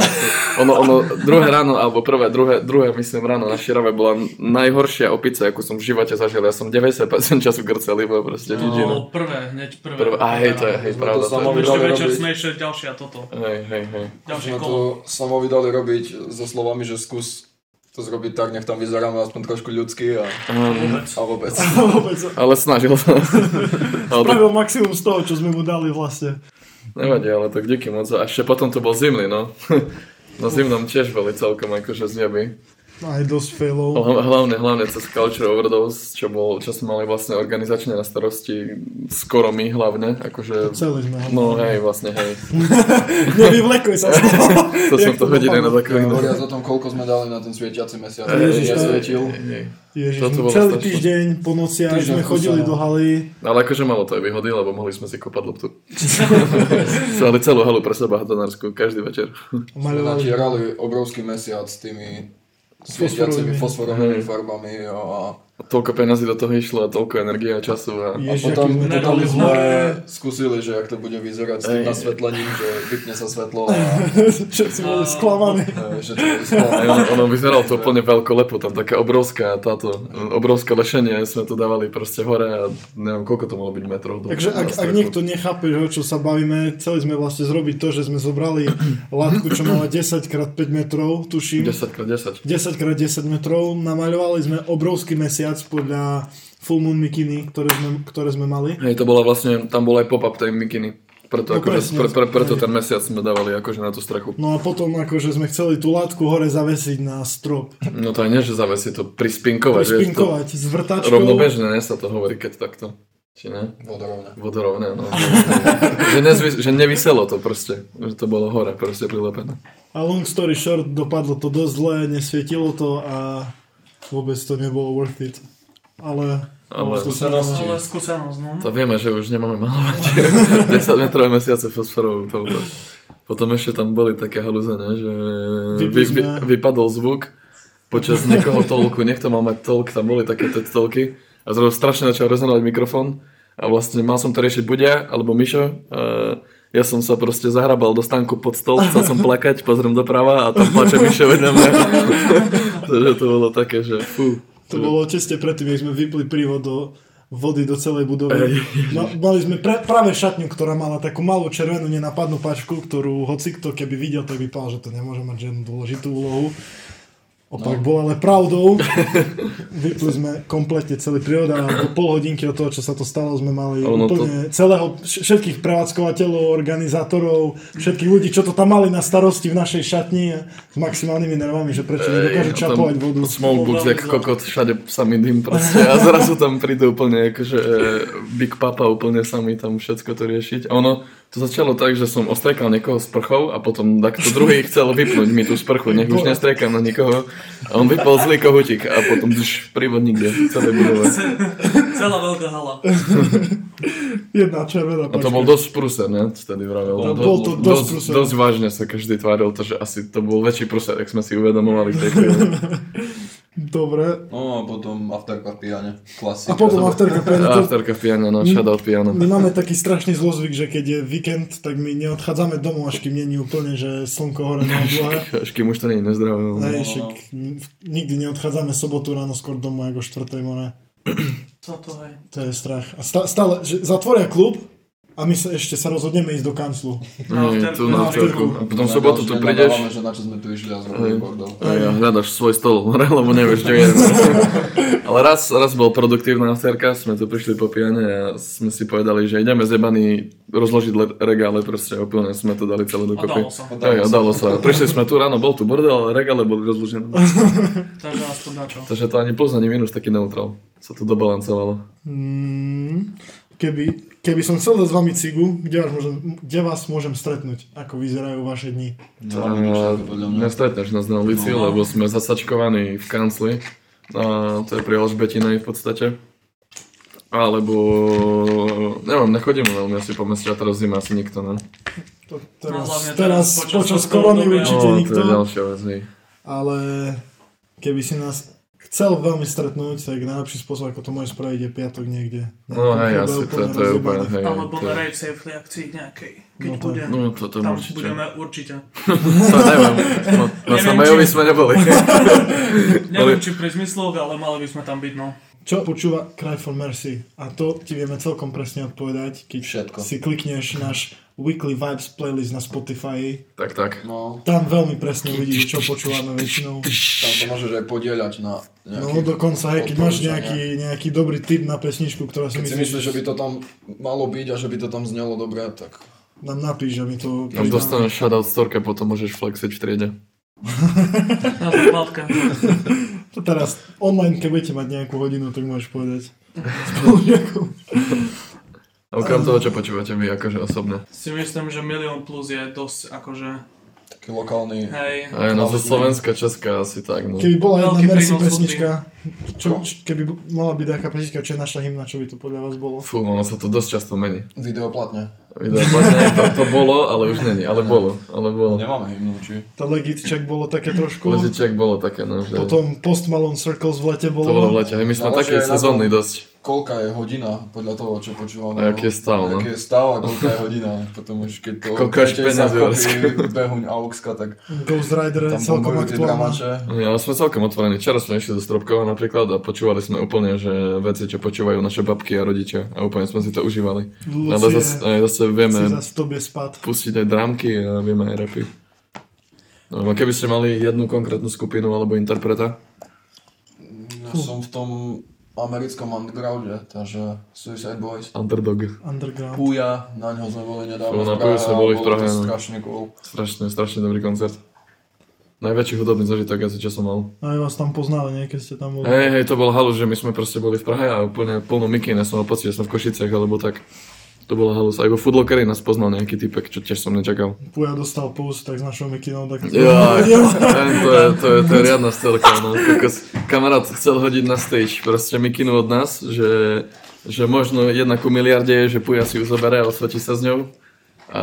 Speaker 2: ono, ono, druhé ráno, alebo prvé, druhé, druhé myslím ráno na Širave bola najhoršia opica, akú som v živote zažil. Ja som 90% času grcel iba proste no.
Speaker 4: To
Speaker 2: vidinu.
Speaker 4: bolo prvé, hneď prvé.
Speaker 2: Prvé, a hej, to je, hej,
Speaker 5: Sme to
Speaker 2: pravda. To
Speaker 5: samo
Speaker 2: je,
Speaker 4: Ešte
Speaker 5: Dobre,
Speaker 4: večer
Speaker 5: dobre.
Speaker 4: sme ešte ďalšia toto.
Speaker 2: hej, hej, hej.
Speaker 4: Ďalšie
Speaker 5: Sme
Speaker 4: kolo.
Speaker 5: to samo vydali robiť so slovami, že skús to zrobiť tak, nech tam vyzeráme aspoň trošku ľudský a,
Speaker 2: Um,
Speaker 5: a vôbec.
Speaker 1: Vôbec.
Speaker 2: ale snažil sa. ale tak,
Speaker 1: Spravil maximum z toho, čo sme mu dali vlastne.
Speaker 2: nevadí, ale tak díky moc. A ešte potom to bol zimný, no. Na zimnom tiež boli celkom akože zjeby.
Speaker 1: Aj dosť failov.
Speaker 2: Hla- Hlavne, hlavne cez Culture Overdose, čo, bol, čo sme mali vlastne organizačne na starosti skoro my hlavne, akože...
Speaker 1: Celý sme ho.
Speaker 2: No hej, vlastne hej.
Speaker 1: Nevyvlekuj No sa z toho.
Speaker 2: To
Speaker 1: Jak
Speaker 2: som to
Speaker 1: to
Speaker 2: hodil aj na
Speaker 1: dopadlo?
Speaker 2: takový...
Speaker 5: Hovoriac o tom, koľko sme dali na ten svietiaci mesiac.
Speaker 1: Ježiš,
Speaker 5: ja
Speaker 1: to je-
Speaker 5: svietil.
Speaker 2: Hej.
Speaker 1: Ježiš,
Speaker 2: Toto bolo
Speaker 1: celý
Speaker 2: strašné.
Speaker 1: týždeň po nociach
Speaker 5: Týždeň
Speaker 1: sme
Speaker 5: v kuse,
Speaker 1: chodili
Speaker 5: no.
Speaker 1: do haly.
Speaker 2: Ale akože malo to aj výhody, lebo mohli sme si kopať loptu. Mali celú halu pre seba hatonársku, každý večer.
Speaker 5: Sme
Speaker 1: Maľovali.
Speaker 5: natierali obrovský mesiac s tými svietiacimi fosforovými farbami a,
Speaker 2: Toľko peniazy do toho išlo a toľko energie a času a...
Speaker 5: a
Speaker 1: Ježiš, aký
Speaker 5: potom,
Speaker 1: sme...
Speaker 5: potom
Speaker 4: nadali
Speaker 5: sme
Speaker 4: znak.
Speaker 5: skúsili, že jak to bude vyzerať s
Speaker 2: Ej.
Speaker 5: tým nasvetlením, že vypne sa svetlo a
Speaker 1: Všetci boli sklamaní.
Speaker 5: e, že to bude skvelé.
Speaker 2: A ono, ono vyzeralo to úplne veľkolepo, tam taká obrovská táto, obrovské lešenie, sme to dávali proste hore a neviem, koľko to mohlo byť metrov. do-
Speaker 1: Takže ak,
Speaker 2: na
Speaker 1: ak
Speaker 2: strechu.
Speaker 1: niekto nechápe, že o čo sa bavíme, chceli sme vlastne zrobiť to, že sme zobrali látku, čo mala 10x5 metrov, tuším.
Speaker 2: 10x10.
Speaker 1: 10x10 metrov. Namaľovali sme obrovský mesiac podľa Full Moon Mikiny, ktoré sme, ktoré sme mali.
Speaker 2: Hej, to bola vlastne, tam bol aj pop-up tej mikiny.
Speaker 1: No
Speaker 2: Preto, no, akože,
Speaker 1: presne.
Speaker 2: pre, pre, preto
Speaker 1: Hej.
Speaker 2: ten mesiac sme dávali akože na tú strechu.
Speaker 1: No a potom akože sme chceli tú látku hore zavesiť na strop.
Speaker 2: No to aj nie, že zavesí to prispinkovať. vieš,
Speaker 1: Prispinkovať s
Speaker 2: To,
Speaker 1: vrtačkou.
Speaker 2: rovnobežne, ne sa to hovorí, keď takto. Či ne?
Speaker 5: Vodorovne.
Speaker 2: Vodorovné, no. že, nezvy, že nevyselo to proste. Že to bolo hore proste prilepené.
Speaker 1: A long story short, dopadlo to dosť zle, nesvietilo to a vôbec to nebolo worth it. Ale... Bolo
Speaker 2: Ale-
Speaker 1: to
Speaker 5: Skúsenosti.
Speaker 1: zaujímavé.
Speaker 4: Ale skúsenosť, no.
Speaker 2: To vieme, že už nemáme malovať. 10 metrové mesiace fosforov. To bolo. Potom ešte tam boli také halúzené, že vy, vy,
Speaker 1: Vypizme.
Speaker 2: vypadol zvuk počas niekoho tolku, niekto mal mať tolk, tam boli také TED tolky a zrazu strašne začal rezonovať mikrofón a vlastne mal som to riešiť buď ja, alebo Mišo. A ja som sa proste zahrabal do stánku pod stol, chcel som plakať, pozriem doprava a tam plače Mišo vedľa mňa. Takže to bolo také, že fú.
Speaker 1: To bolo česte predtým, keď sme vypli prívod do vody do celej budovy. Ma, mali sme pre, práve šatňu, ktorá mala takú malú červenú nenapadnú pačku, ktorú hoci kto keby videl, tak by povedal, že to nemôže mať žiadnu dôležitú úlohu. Opak no. bol ale pravdou. Vypli sme kompletne celý prírod a po pol hodinky od toho, čo sa to stalo, sme mali
Speaker 2: Ono to-
Speaker 1: úplne celého, vš- všetkých prevádzkovateľov, organizátorov, všetkých ľudí, čo to tam mali na starosti v našej šatni s maximálnymi nervami, že prečo nedokážu
Speaker 2: Ej, a tam
Speaker 1: čapovať vodu.
Speaker 2: Smokebox,
Speaker 4: Bol
Speaker 2: jak
Speaker 4: veľmi
Speaker 1: no.
Speaker 2: kokot, všade samý dym proste. A zrazu tam príde úplne akože e, Big Papa úplne samý tam všetko to riešiť. A ono, to začalo tak, že som ostrekal niekoho s prchou a potom tak to druhý chcel vypnúť mi tú sprchu, nech už nestrekam na nikoho. A on vypol zlý kohutík a potom dž, prívod nikde, celé budove.
Speaker 4: Celá veľká hala.
Speaker 1: Jedna červená
Speaker 2: A to bol dosť prúser, ne? Vtedy vravel.
Speaker 1: To bol to dosť prúser.
Speaker 2: dosť, dosť vážne sa každý tváril, to, že asi to bol väčší prúser, ak sme si uvedomovali v tej chvíli.
Speaker 1: Dobre.
Speaker 5: No a potom afterka v pijane.
Speaker 1: A
Speaker 5: Klasika.
Speaker 1: potom afterka
Speaker 2: A
Speaker 1: to...
Speaker 2: Afterka piano, no, shoutout piano.
Speaker 1: My máme taký strašný zlozvyk, že keď je víkend, tak my neodchádzame domov, až kým není úplne, že slnko hore na oblohe.
Speaker 2: Až kým už to nie je nezdravé. no.
Speaker 1: Hej, však n- nikdy neodchádzame sobotu ráno skôr domov, ako štvrtej more.
Speaker 4: Co to je?
Speaker 1: To je strach. A sta- stále, že zatvoria klub a my sa ešte sa rozhodneme ísť do kanclu.
Speaker 4: Na
Speaker 2: Nie, Mm,
Speaker 4: afterku,
Speaker 2: tu na
Speaker 4: na
Speaker 2: afterku. A potom v sobotu tu prídeš
Speaker 5: že na čo sme tu išli a zrobili bordel.
Speaker 2: a ja hľadaš svoj stol, lebo nevieš, čo je. Ale raz, raz bol produktívna afterka, sme tu prišli po pijane a sme si povedali, že ideme zebaný rozložiť le- regále, proste úplne sme to dali celé
Speaker 4: A dalo
Speaker 2: dokopy.
Speaker 4: sa.
Speaker 2: Hej, a dalo sa. Prišli sme tu ráno, bol tu bordel, ale regále boli rozložené.
Speaker 4: Takže aspoň na čo.
Speaker 2: Takže to ani plus, ani minus taký neutrál. Sa to dobalancovalo.
Speaker 1: Mm, keby, keby som chcel dať s vami cigu, kde vás, môžem, kde vás môžem stretnúť? Ako vyzerajú vaše dni?
Speaker 5: Nemáme nič také, podľa mňa.
Speaker 2: Nestretneš nás No, na ulici,
Speaker 4: No.
Speaker 2: lebo sme zasačkovaní v kancli. A to je pri Alžbetinej v podstate. Alebo, neviem, nechodím veľmi asi po meste a teraz zima asi nikto, ne?
Speaker 1: To
Speaker 4: No, hlavne
Speaker 1: teraz, teraz
Speaker 4: teraz počas
Speaker 1: počas
Speaker 4: tohto
Speaker 1: korony
Speaker 4: obdobia.
Speaker 1: určite
Speaker 2: No, to
Speaker 1: nikto.
Speaker 2: je ďalšia vec, hej.
Speaker 1: ale keby si nás chcel veľmi stretnúť, tak najlepší spôsob, ako to môžeš spraviť, je piatok niekde.
Speaker 2: No hej,
Speaker 1: Nejakom
Speaker 2: asi
Speaker 1: klube
Speaker 2: to, to je úplne,
Speaker 1: rozjebané.
Speaker 2: hej.
Speaker 4: Alebo
Speaker 2: to
Speaker 4: na
Speaker 2: je-
Speaker 4: rave safely akcii nejakej. Keď
Speaker 1: No to-
Speaker 4: bude,
Speaker 2: No, to, to
Speaker 4: tam
Speaker 2: určite.
Speaker 4: budeme určite.
Speaker 2: Sa, neviem, no, na
Speaker 4: Neviem,
Speaker 2: Samajovi
Speaker 4: či-
Speaker 2: sme neboli.
Speaker 4: Neviem, či pri zmysloch, ale mali by sme tam byť, no.
Speaker 1: Čo počúva Cry for Mercy? A to ti vieme celkom presne odpovedať, keď
Speaker 5: Všetko.
Speaker 1: si klikneš náš Weekly Vibes playlist na Spotify.
Speaker 2: Tak, tak.
Speaker 5: No,
Speaker 1: Tam veľmi presne uvidíš, čo počúvame väčšinou.
Speaker 5: tam to môžeš aj podieľať na
Speaker 1: No
Speaker 5: nejakých...
Speaker 1: dokonca, hej, keď máš
Speaker 5: odporúčania.
Speaker 1: nejaký, nejaký dobrý tip na pesničku, ktorá sa
Speaker 5: Keď si
Speaker 1: mi
Speaker 5: myslíš, že by to tam malo byť a že by to tam znelo dobre, tak...
Speaker 1: nám napíš, aby to...
Speaker 2: Tam dostaneš shoutout storke, potom môžeš flexiť v triede.
Speaker 4: Na podkladka.
Speaker 1: To teraz online, keď budete mať nejakú hodinu, tak môžeš povedať. Spolu nejakú...
Speaker 2: A okrem toho, čo počúvate vy, akože osobne.
Speaker 4: Si myslím, že milión plus je dosť akože,
Speaker 5: Taký lokálny...
Speaker 4: hej.
Speaker 2: Aj no zo Slovenska, Česka asi tak, no.
Speaker 1: Keby bola jedna
Speaker 4: Veľký
Speaker 1: Merci
Speaker 4: prínos
Speaker 1: pesnička, čo, č- keby bu- mala byť taká pesnička, čo je naša hymna, čo by to podľa vás bolo?
Speaker 2: Fú, ono sa to dosť často mení.
Speaker 5: Videoplatne.
Speaker 2: Video, vlastne to, to bolo, ale už není, ale bolo, ale bolo.
Speaker 1: No.
Speaker 5: Nemáme hymnu, či?
Speaker 1: To Legit Check bolo také trošku.
Speaker 2: Leziček bolo také, no. Že...
Speaker 1: Potom Post Malone Circles v lete
Speaker 2: To bolo v
Speaker 1: bolo.
Speaker 2: lete, hej, my sme
Speaker 5: No,
Speaker 2: takí
Speaker 5: že na-
Speaker 2: sezónny dosť.
Speaker 5: Koľka je hodina, podľa toho, čo počúvame.
Speaker 2: A aký je stav, no.
Speaker 5: Aký je stav a koľka je hodina. Potom už keď to...
Speaker 2: Koľko až
Speaker 5: keď
Speaker 2: peniaz
Speaker 5: sa kopí behuň Auxka, tak
Speaker 1: Ghost Rider je
Speaker 5: tam
Speaker 1: celkom
Speaker 5: bombujú tie
Speaker 1: aktuálna.
Speaker 5: dramače.
Speaker 2: Ja, ale sme celkom otvorení. Včera sme išli do Stropkova napríklad a počúvali sme úplne, že veci, čo počúvajú naše babky a rodičia. A úplne sme si to užívali. Ale
Speaker 1: Lucie
Speaker 2: zase, aj zase
Speaker 1: si
Speaker 2: vieme
Speaker 1: zas v tobie spad.
Speaker 2: pustiť aj drámky a vieme aj rapy. No, a keby ste mali jednu konkrétnu skupinu alebo interpreta,
Speaker 5: Ja som v tom americkom undergrounde, takže Suicide Boys.
Speaker 2: underdog.
Speaker 1: Underground.
Speaker 5: Púja, na ňo sme boli nedávno
Speaker 2: Fú, na Púju
Speaker 5: v Prahe
Speaker 2: sme
Speaker 5: a
Speaker 2: boli v
Speaker 5: bolo to
Speaker 2: Prahe, no.
Speaker 5: strašne cool.
Speaker 2: Strašne, strašne dobrý koncert. Najväčší hudobný zažitok asi, čo som mal.
Speaker 1: Aj vás tam poznali, nie? Keď ste tam boli.
Speaker 2: Hej, hej, to bol halus, že my sme proste boli v Prahe a úplne plno mikina, som mal pocit, že som v Košiciach alebo tak. To bolo halus. Aj vo Foodlockeri nás poznal nejaký typek, čo tiež som nečakal.
Speaker 1: Puja dostal post, tak s našou Mikinou, tak...
Speaker 2: Jaj, to je, to je, to je riadna stelka, no. Kokos. Kamarát chcel hodiť na stage proste mikinu od nás, že, že možno jedna ku miliarde je, že Puja si ju zoberie a osvetí sa s ňou. A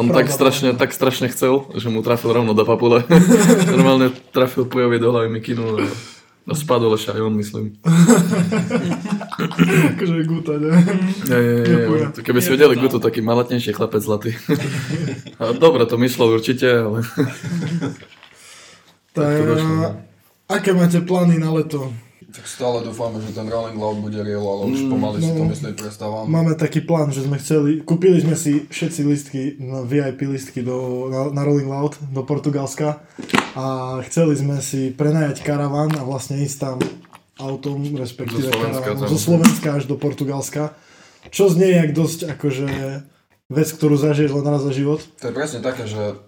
Speaker 2: on tak strašne, tak strašne chcel, že mu trafil rovno do papule. Normálne trafil Pujovi do hlavy mikinu a no, spadol ešte aj on, myslím.
Speaker 1: akože je guta, ne?
Speaker 2: Ja, ja, ja,
Speaker 1: Ďakujem.
Speaker 2: ja. To Keby si
Speaker 4: Je
Speaker 2: vedeli,
Speaker 4: to
Speaker 2: kto to taký malatnejší chlapec zlatý. A Dobre, to myšlo určite, ale...
Speaker 1: Tak, eh,
Speaker 2: to došlo, no.
Speaker 1: aké máte plány na leto?
Speaker 5: Tak stále dúfame, že ten Rolling Loud bude real, ale už pomaly si to
Speaker 1: no.
Speaker 5: myslieť prestávam.
Speaker 1: Máme taký plán, že sme chceli, kúpili sme si všetci listky, no, VIP listky do, na, na Rolling Loud do Portugalska a chceli sme si prenajať karavan a vlastne ísť tam autom, respektíve
Speaker 2: Zo Slovenska
Speaker 1: karavanom
Speaker 2: tam.
Speaker 1: zo Slovenska až do Portugalska, čo znie jak dosť akože vec, ktorú zažiješ len raz za život.
Speaker 5: To je presne také, že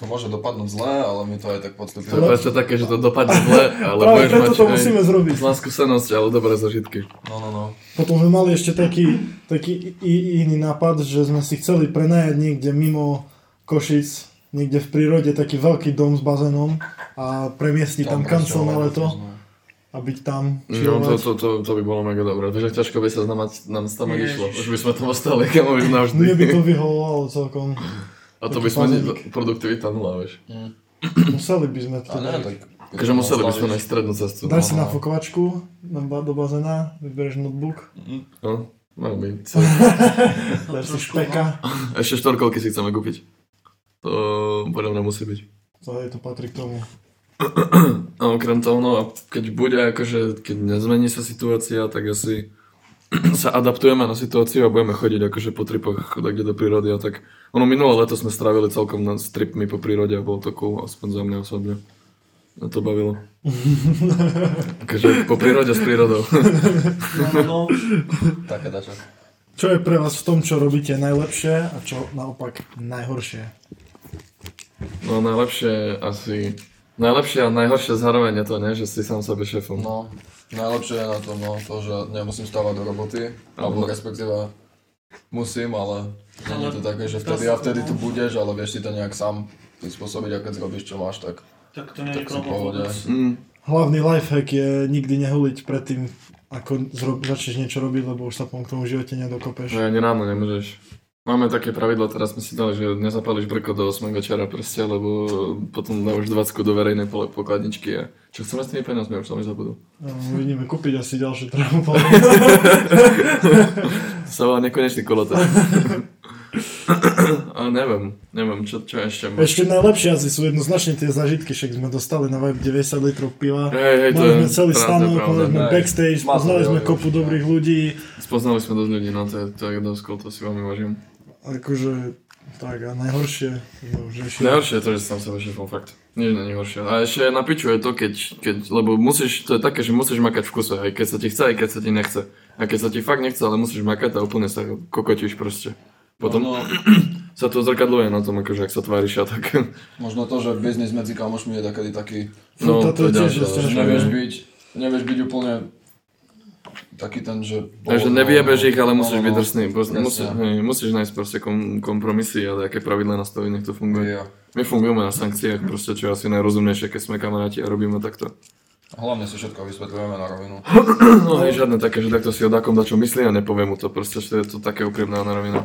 Speaker 5: to môže dopadnúť zle, ale my to aj
Speaker 2: To
Speaker 5: tak
Speaker 2: je
Speaker 5: podstupujeme.
Speaker 2: prečo také, že to dopadne zle, ale
Speaker 1: No. Práve
Speaker 2: budeš
Speaker 1: preto
Speaker 2: mať
Speaker 1: to
Speaker 2: aj
Speaker 1: musíme zrobiť.
Speaker 2: Zlá skúsenosť, ale dobré zažitky.
Speaker 5: No, no, no.
Speaker 1: Potom sme mali ešte taký, taký i, iný nápad, že sme si chceli prenajať niekde mimo Košic, niekde v prírode, taký veľký dom s bazénom a premiestniť tam, tam kancel na leto a byť tam.
Speaker 2: No, to,
Speaker 1: chillovať.
Speaker 2: to, to, to, by bolo mega dobré. Takže ťažko by sa znamať, nám z tam
Speaker 4: Ježiš.
Speaker 2: išlo. Už by sme tam ostali, kamo už navždy.
Speaker 1: Mne by to vyhovovalo celkom.
Speaker 2: A to
Speaker 1: taký
Speaker 2: by sme... ne-
Speaker 1: panelik.
Speaker 2: Produktivita nula, vieš.
Speaker 1: Museli by sme to.
Speaker 5: A ne, tak...
Speaker 2: Takže Akože museli by sme nájsť strednú cestu. no.
Speaker 1: Dáš si na fokovačku na ba- do bazéna, vyberieš notebook,
Speaker 2: No, mal by.
Speaker 1: dáš si špeka.
Speaker 2: Ešte štorkolky si chceme kúpiť. To podľa mňa musí byť.
Speaker 1: To je, to patrí k tomu.
Speaker 2: A okrem toho, no a keď bude, akože keď nezmení sa situácia, tak asi sa adaptujeme na situáciu a budeme chodiť akože po tripoch kde do prírody a tak. Ono minulé leto sme strávili celkom nad tripmi po prírode a bolo to cool, aspoň za mňa osobne. Mňa to bavilo. akože po prírode s prírodou.
Speaker 4: No, no,
Speaker 5: Také dačo.
Speaker 1: Čo je pre vás v tom, čo robíte najlepšie a čo naopak najhoršie?
Speaker 2: No najlepšie asi... Najlepšie a najhoršie zároveň je to, ne, že si sám sebe šéfom.
Speaker 5: No, najlepšie je na tom, no, to, že nemusím stávať do roboty, alebo respektíve musím, ale nie je to také, že vtedy a vtedy tu budeš, ale vieš si to nejak sám prispôsobiť a keď zrobíš, čo máš, tak
Speaker 4: tak to nie
Speaker 5: si v
Speaker 4: je problém
Speaker 5: pohode.
Speaker 4: vôbec.
Speaker 2: Mm.
Speaker 1: Hlavný lifehack je nikdy nehuliť predtým, ako zro- začneš niečo robiť, lebo už sa potom k tomu v živote nedokopeš.
Speaker 2: Že No ani ráno nemôžeš. Máme také pravidlo, teraz sme si dali, že nezapáliš brko do 8 večera proste, lebo potom dáš 20 do verejnej pole- pokladničky a čo chceme s tými peniazmi, už som už zabudol.
Speaker 1: Ehm, Uvidíme kúpiť asi ďalšie trávu.
Speaker 2: To sa volá nekonečný kolotoč. a neviem, neviem, čo, čo ešte môžem.
Speaker 1: Ešte najlepšie asi sú jednoznačne tie zážitky, však sme dostali na web 90 litrov piva.
Speaker 2: Hej, hej, to
Speaker 1: Mali sme
Speaker 2: je
Speaker 1: celý no,
Speaker 2: pravda,
Speaker 1: stanok,
Speaker 2: pravda,
Speaker 1: mali sme
Speaker 5: hej.
Speaker 1: backstage,
Speaker 5: Smažili,
Speaker 1: poznali sme
Speaker 5: jo,
Speaker 1: kopu
Speaker 5: už,
Speaker 1: dobrých ľudí.
Speaker 2: Spoznali sme dosť ľudí, no to je, to je dosť cool, to si veľmi vážim.
Speaker 1: Akože Tak a najhoršie, no, že ešte-
Speaker 2: Najhoršie je to, že si sám sebe šéfom, fakt. Nič není horšie. A ešte na piču je to, keď, keď, lebo musíš, to je také, že musíš makať v kuse, aj keď sa ti chce, aj keď sa ti nechce. A keď sa ti fakt nechce, ale musíš makať a úplne sa kokotíš proste. Potom
Speaker 5: Možno,
Speaker 2: sa to zrkadluje na tom, akože ak sa tváriš a tak.
Speaker 5: možno to, že biznis medzi kamošmi je takedy taký,
Speaker 1: Fú,
Speaker 2: no,
Speaker 1: toto je
Speaker 2: to je
Speaker 1: tiež
Speaker 2: ďalšia
Speaker 1: dosť
Speaker 5: že
Speaker 1: ťažké.
Speaker 5: nevieš byť, nevieš byť úplne taký ten, že... no,
Speaker 2: Takže nevyjebeš ich, ale musíš byť drsný. Proste,
Speaker 5: Presne.
Speaker 2: musíš, hej, musíš nájsť proste kom, kompromisy a nejaké pravidlá nastaviť, nech to funguje.
Speaker 5: Ja.
Speaker 2: My fungujeme na sankciách, proste čo je asi najrozumnejšie, keď sme kamaráti a robíme takto.
Speaker 5: Hlavne si všetko vysvetľujeme na rovinu.
Speaker 2: No hej, žiadne také, že takto si o takom dačo myslí a nepovie mu to, proste že je to také úprimné a na rovinu.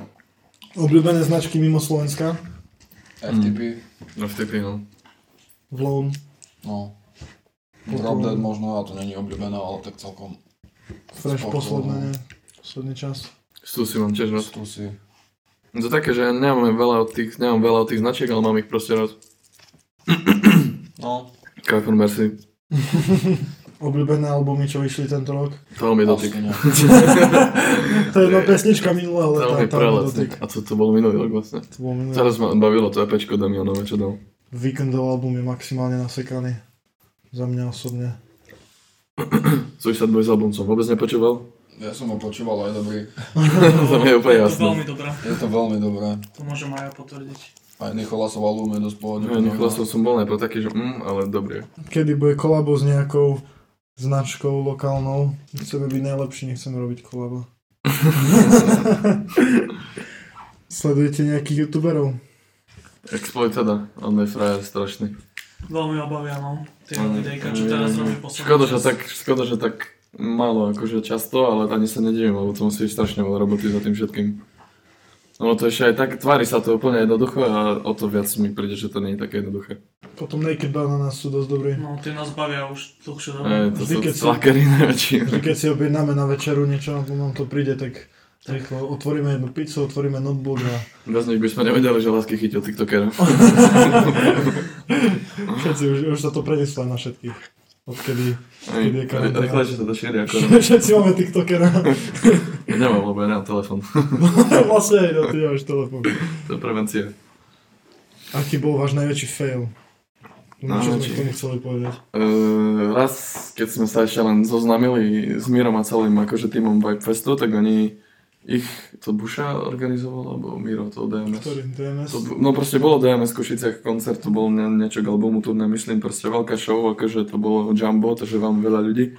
Speaker 1: Obľúbené značky mimo Slovenska,
Speaker 5: FTP,
Speaker 2: No vtipy, no.
Speaker 1: Vlon,
Speaker 5: no. Drop Dead možno, a to není obľúbené, ale tak celkom.
Speaker 1: Fresh
Speaker 5: Sport,
Speaker 1: posledné,
Speaker 5: no.
Speaker 1: ne? Posledný čas.
Speaker 2: Stú si mám tiež rád.
Speaker 5: Tu si
Speaker 2: No To také, že ja nemám veľa od tých, nemám veľa od tých značiek, ale mám ich proste rád.
Speaker 5: No,
Speaker 2: Carrefour Mercy.
Speaker 1: Obľúbené albumy, čo vyšli tento rok.
Speaker 2: Veľmi dotyk.
Speaker 5: vlastne nie.
Speaker 1: To je jedna pesnička minulého leta,
Speaker 2: Veľmi
Speaker 1: tam
Speaker 2: preletný.
Speaker 1: dotyk. No.
Speaker 2: A to, to bol minulý rok vlastne.
Speaker 1: To bol minulý.
Speaker 2: Teraz ma bavilo to EPčko Damianové, čo dal.
Speaker 1: Víkendov album je maximálne nasekaný. Za mňa osobne.
Speaker 2: Suicide Boys album som vôbec nepočúval.
Speaker 5: Ja som ho počúval, je dobrý.
Speaker 2: To mi je úplne
Speaker 4: Je to
Speaker 2: jasné.
Speaker 4: veľmi dobré,
Speaker 5: Je to veľmi dobré.
Speaker 4: to môžem aj ja potvrdiť.
Speaker 5: Aj Nicholasov album je dosť pôvodne.
Speaker 2: No, Ja Nicholasov som bol najprv taký, že mm, ale dobrý.
Speaker 1: Kedy bude kolabo s nejakou značkou lokálnou. Chceme byť najlepší, nechceme robiť kolabo. Sledujete nejakých youtuberov?
Speaker 2: Exploit teda, on je frajer strašný.
Speaker 4: Veľmi obavia, no. Tie
Speaker 2: Mm,
Speaker 4: videjka, čo teraz
Speaker 2: mm,
Speaker 4: robí posledný
Speaker 2: Škoda, že
Speaker 4: čas.
Speaker 2: tak, škoda, že tak málo, akože často, ale ani sa nedivím, lebo to musí byť strašne veľa roboty za tým všetkým. No to ešte aj tak, tvári sa to úplne jednoducho a o to viac mi príde, že to nie je také jednoduché.
Speaker 1: Potom Naked Bananas sú dosť dobrí.
Speaker 4: No, tie nás bavia už dlhšiu dobu.
Speaker 2: E, to
Speaker 1: Vždy,
Speaker 2: sú
Speaker 1: keď som-
Speaker 2: slakery najväčšie.
Speaker 1: Že keď si objednáme na večeru niečo, no nám to príde, tak rýchlo otvoríme jednu pizzu, otvoríme notebook a
Speaker 2: Bez nich by sme nevedeli, že lásky chytil tiktokera.
Speaker 1: všetci už, už sa to preneslo aj na všetkých. Odkedy
Speaker 2: Ej,
Speaker 1: Keď je karanténa.
Speaker 2: Rýchlejšie sa to šíri ako...
Speaker 1: všetci máme TikTokera.
Speaker 2: Nemám, lebo ja nemám telefón.
Speaker 1: vlastne aj no, ty máš telefón.
Speaker 2: To je prevencia.
Speaker 1: Aký bol váš najväčší fail? No, čo sme
Speaker 2: Najväčší.
Speaker 1: k tomu chceli povedať?
Speaker 2: Eh, raz, keď sme sa ešte len zoznámili s Mírom a celým akože týmom Vibe Festu, tak oni ich, to Buša organizoval, alebo Miro, to DMS.
Speaker 1: Ktorý? DMS?
Speaker 2: To, bu- no proste bolo DMS v Košiciach koncert, to bol ne, niečo k albumu, tu nemyslím, proste veľká show, akože to bolo jumbo, takže vám veľa ľudí.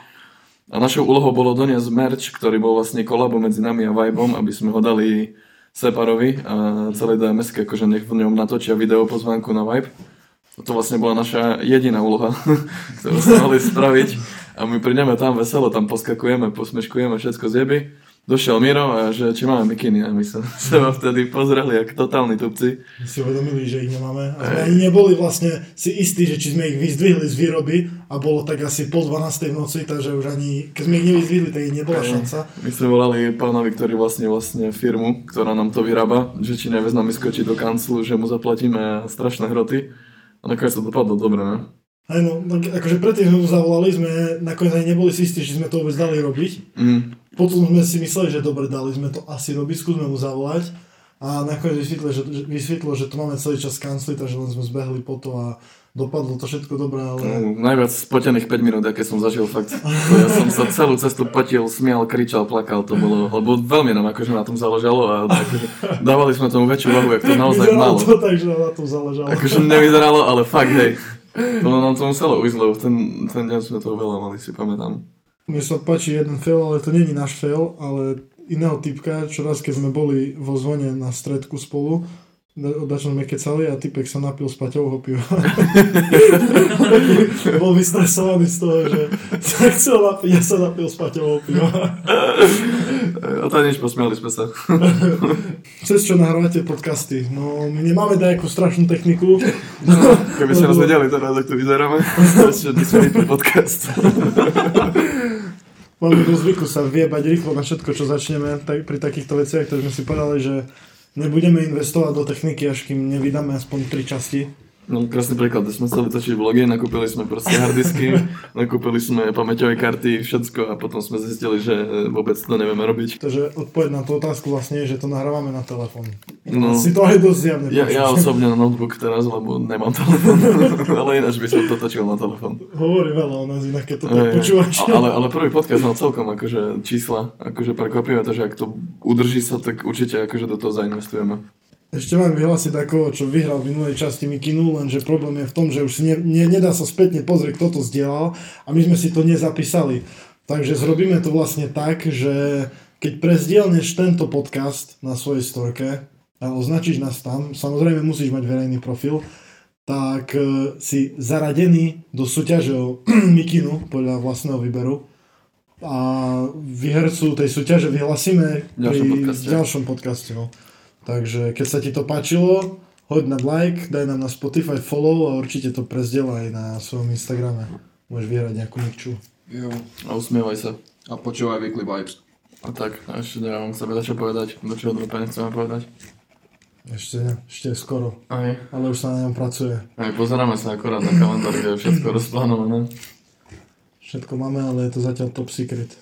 Speaker 2: A našou úlohou bolo doniesť merch, ktorý bol vlastne kolabo medzi nami a Vibeom, aby sme ho dali Separovi a celej DMS, akože nech v ňom natočia video pozvánku na Vibe. To vlastne bola naša jediná úloha, ktorú sme mali spraviť. A my prídeme tam veselo, tam poskakujeme, posmeškujeme, všetko zjeby. Došiel Miro a že či máme mikiny a my sa seba vtedy pozreli, jak totálni tupci.
Speaker 1: My si uvedomili, že ich nemáme. A sme ani neboli vlastne si istí, že či sme ich vyzdvihli z výroby a bolo tak asi po 12. v noci, takže už ani, keď sme ich nevyzdvihli, tak ich nebola šanca.
Speaker 2: My sme volali pánovi, ktorý vlastne vlastne firmu, ktorá nám to vyrába, že či nevezme mi skočiť do kanclu, že mu zaplatíme strašné hroty. A nakoniec to dopadlo dobre, ne?
Speaker 1: Aj no, tak akože predtým sme mu zavolali, sme nakoniec ani neboli si istí, či sme to vôbec dali robiť.
Speaker 2: Mm.
Speaker 1: Potom sme si mysleli, že dobre, dali sme to asi robiť, skúsme mu zavolať. A nakoniec vysvetlo, že, že- vysvetlo, že to máme celý čas kancli, takže len sme zbehli po to a dopadlo to všetko dobré, ale...
Speaker 2: No, najviac spotených 5 minút, aké som zažil fakt. Ja som sa celú cestu potil, smial, kričal, plakal, to bolo, lebo veľmi nám akože na tom záležalo a akože dávali sme tomu väčšiu váhu, jak to naozaj
Speaker 1: Vyzeralo
Speaker 2: malo.
Speaker 1: to tak, že na tom záležalo.
Speaker 2: Akože nevyzeralo, ale fakt, hej. To nám to muselo ujsť, lebo ten, ten deň sme toho veľa mali, si pamätám.
Speaker 1: Mne sa páči jeden fail, ale to není náš fail, ale iného typka, čo raz keď sme boli vo zvone na stredku spolu, dačo sme kecali a typek sa napil z paťovho piva. Bol vystresovaný z toho, že sa chcel napiť, ja sa napil z paťovho piva.
Speaker 2: E, A to nič, posmiali sme sa.
Speaker 1: Cez čo nahrávate podcasty? No, my nemáme nejakú strašnú techniku.
Speaker 2: Keby ste nás vedeli teraz, ak tu vyzeráme, ešte dnes sme vypli podcast.
Speaker 1: Máme do zvyku sa viebať rýchlo na všetko, čo začneme tak, pri takýchto veciach, takže sme si povedali, že nebudeme investovať do techniky, až kým nevydáme aspoň tri časti.
Speaker 2: No, krásny príklad, sme chceli točiť vlogy, nakúpili sme proste hardisky, nakúpili sme pamäťové karty, všetko a potom sme zistili, že e, vôbec to nevieme robiť.
Speaker 1: Takže odpoveď na tú otázku vlastne je, že to nahrávame na telefón.
Speaker 2: No,
Speaker 1: Si to aj dosť zjavne
Speaker 2: ja, ja
Speaker 1: počuť.
Speaker 2: osobne na notebook teraz, lebo nemám telefón, ale ináč by som to točil na telefón.
Speaker 1: Hovorí veľa o nás inak, keď to tak
Speaker 2: Hej,
Speaker 1: počúvaš.
Speaker 2: a- ale, ale prvý podcast mal celkom akože čísla, akože prekvapivé, takže ak to udrží sa, tak určite akože do toho zainvestujeme.
Speaker 1: Ešte mám vyhlásiť takého, čo vyhral v minulej časti Mikinu, lenže problém je v tom, že už si ne, ne, nedá sa spätne pozrieť, kto to zdieľal a my sme si to nezapísali. Takže zrobíme to vlastne tak, že keď prezdielneš tento podcast na svojej storke a označíš nás tam, samozrejme musíš mať verejný profil, tak e, si zaradený do súťaže o Mikinu podľa vlastného výberu a výhercu tej súťaže vyhlasíme
Speaker 2: V ďalšom podcaste.
Speaker 1: v ďalšom podcaste. No. Takže keď sa ti to páčilo, hoď na like, daj nám na Spotify follow a určite to prezdielaj na svojom Instagrame. Môžeš vyhrať nejakú mikču.
Speaker 5: Jo.
Speaker 2: A usmievaj sa.
Speaker 5: A počúvaj Weekly Vibes.
Speaker 2: A tak, a ešte nemám k sebe čo povedať, do čoho to nechceme povedať.
Speaker 1: Ešte, ne, ešte je skoro,
Speaker 2: Aj.
Speaker 1: ale už sa na ňom pracuje.
Speaker 2: Aj pozeráme sa akorát na kalendár, kde je všetko rozplánované.
Speaker 1: Všetko máme, ale je to zatiaľ top secret.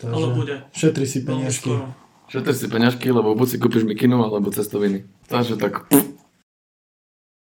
Speaker 1: Takže
Speaker 4: Ale bude.
Speaker 1: Šetri si
Speaker 4: Veľmi
Speaker 1: peniažky.
Speaker 4: skoro.
Speaker 2: Šetrš si peňažky, lebo buď si kúpiš mikinu, alebo cestoviny. Takže tak, pff,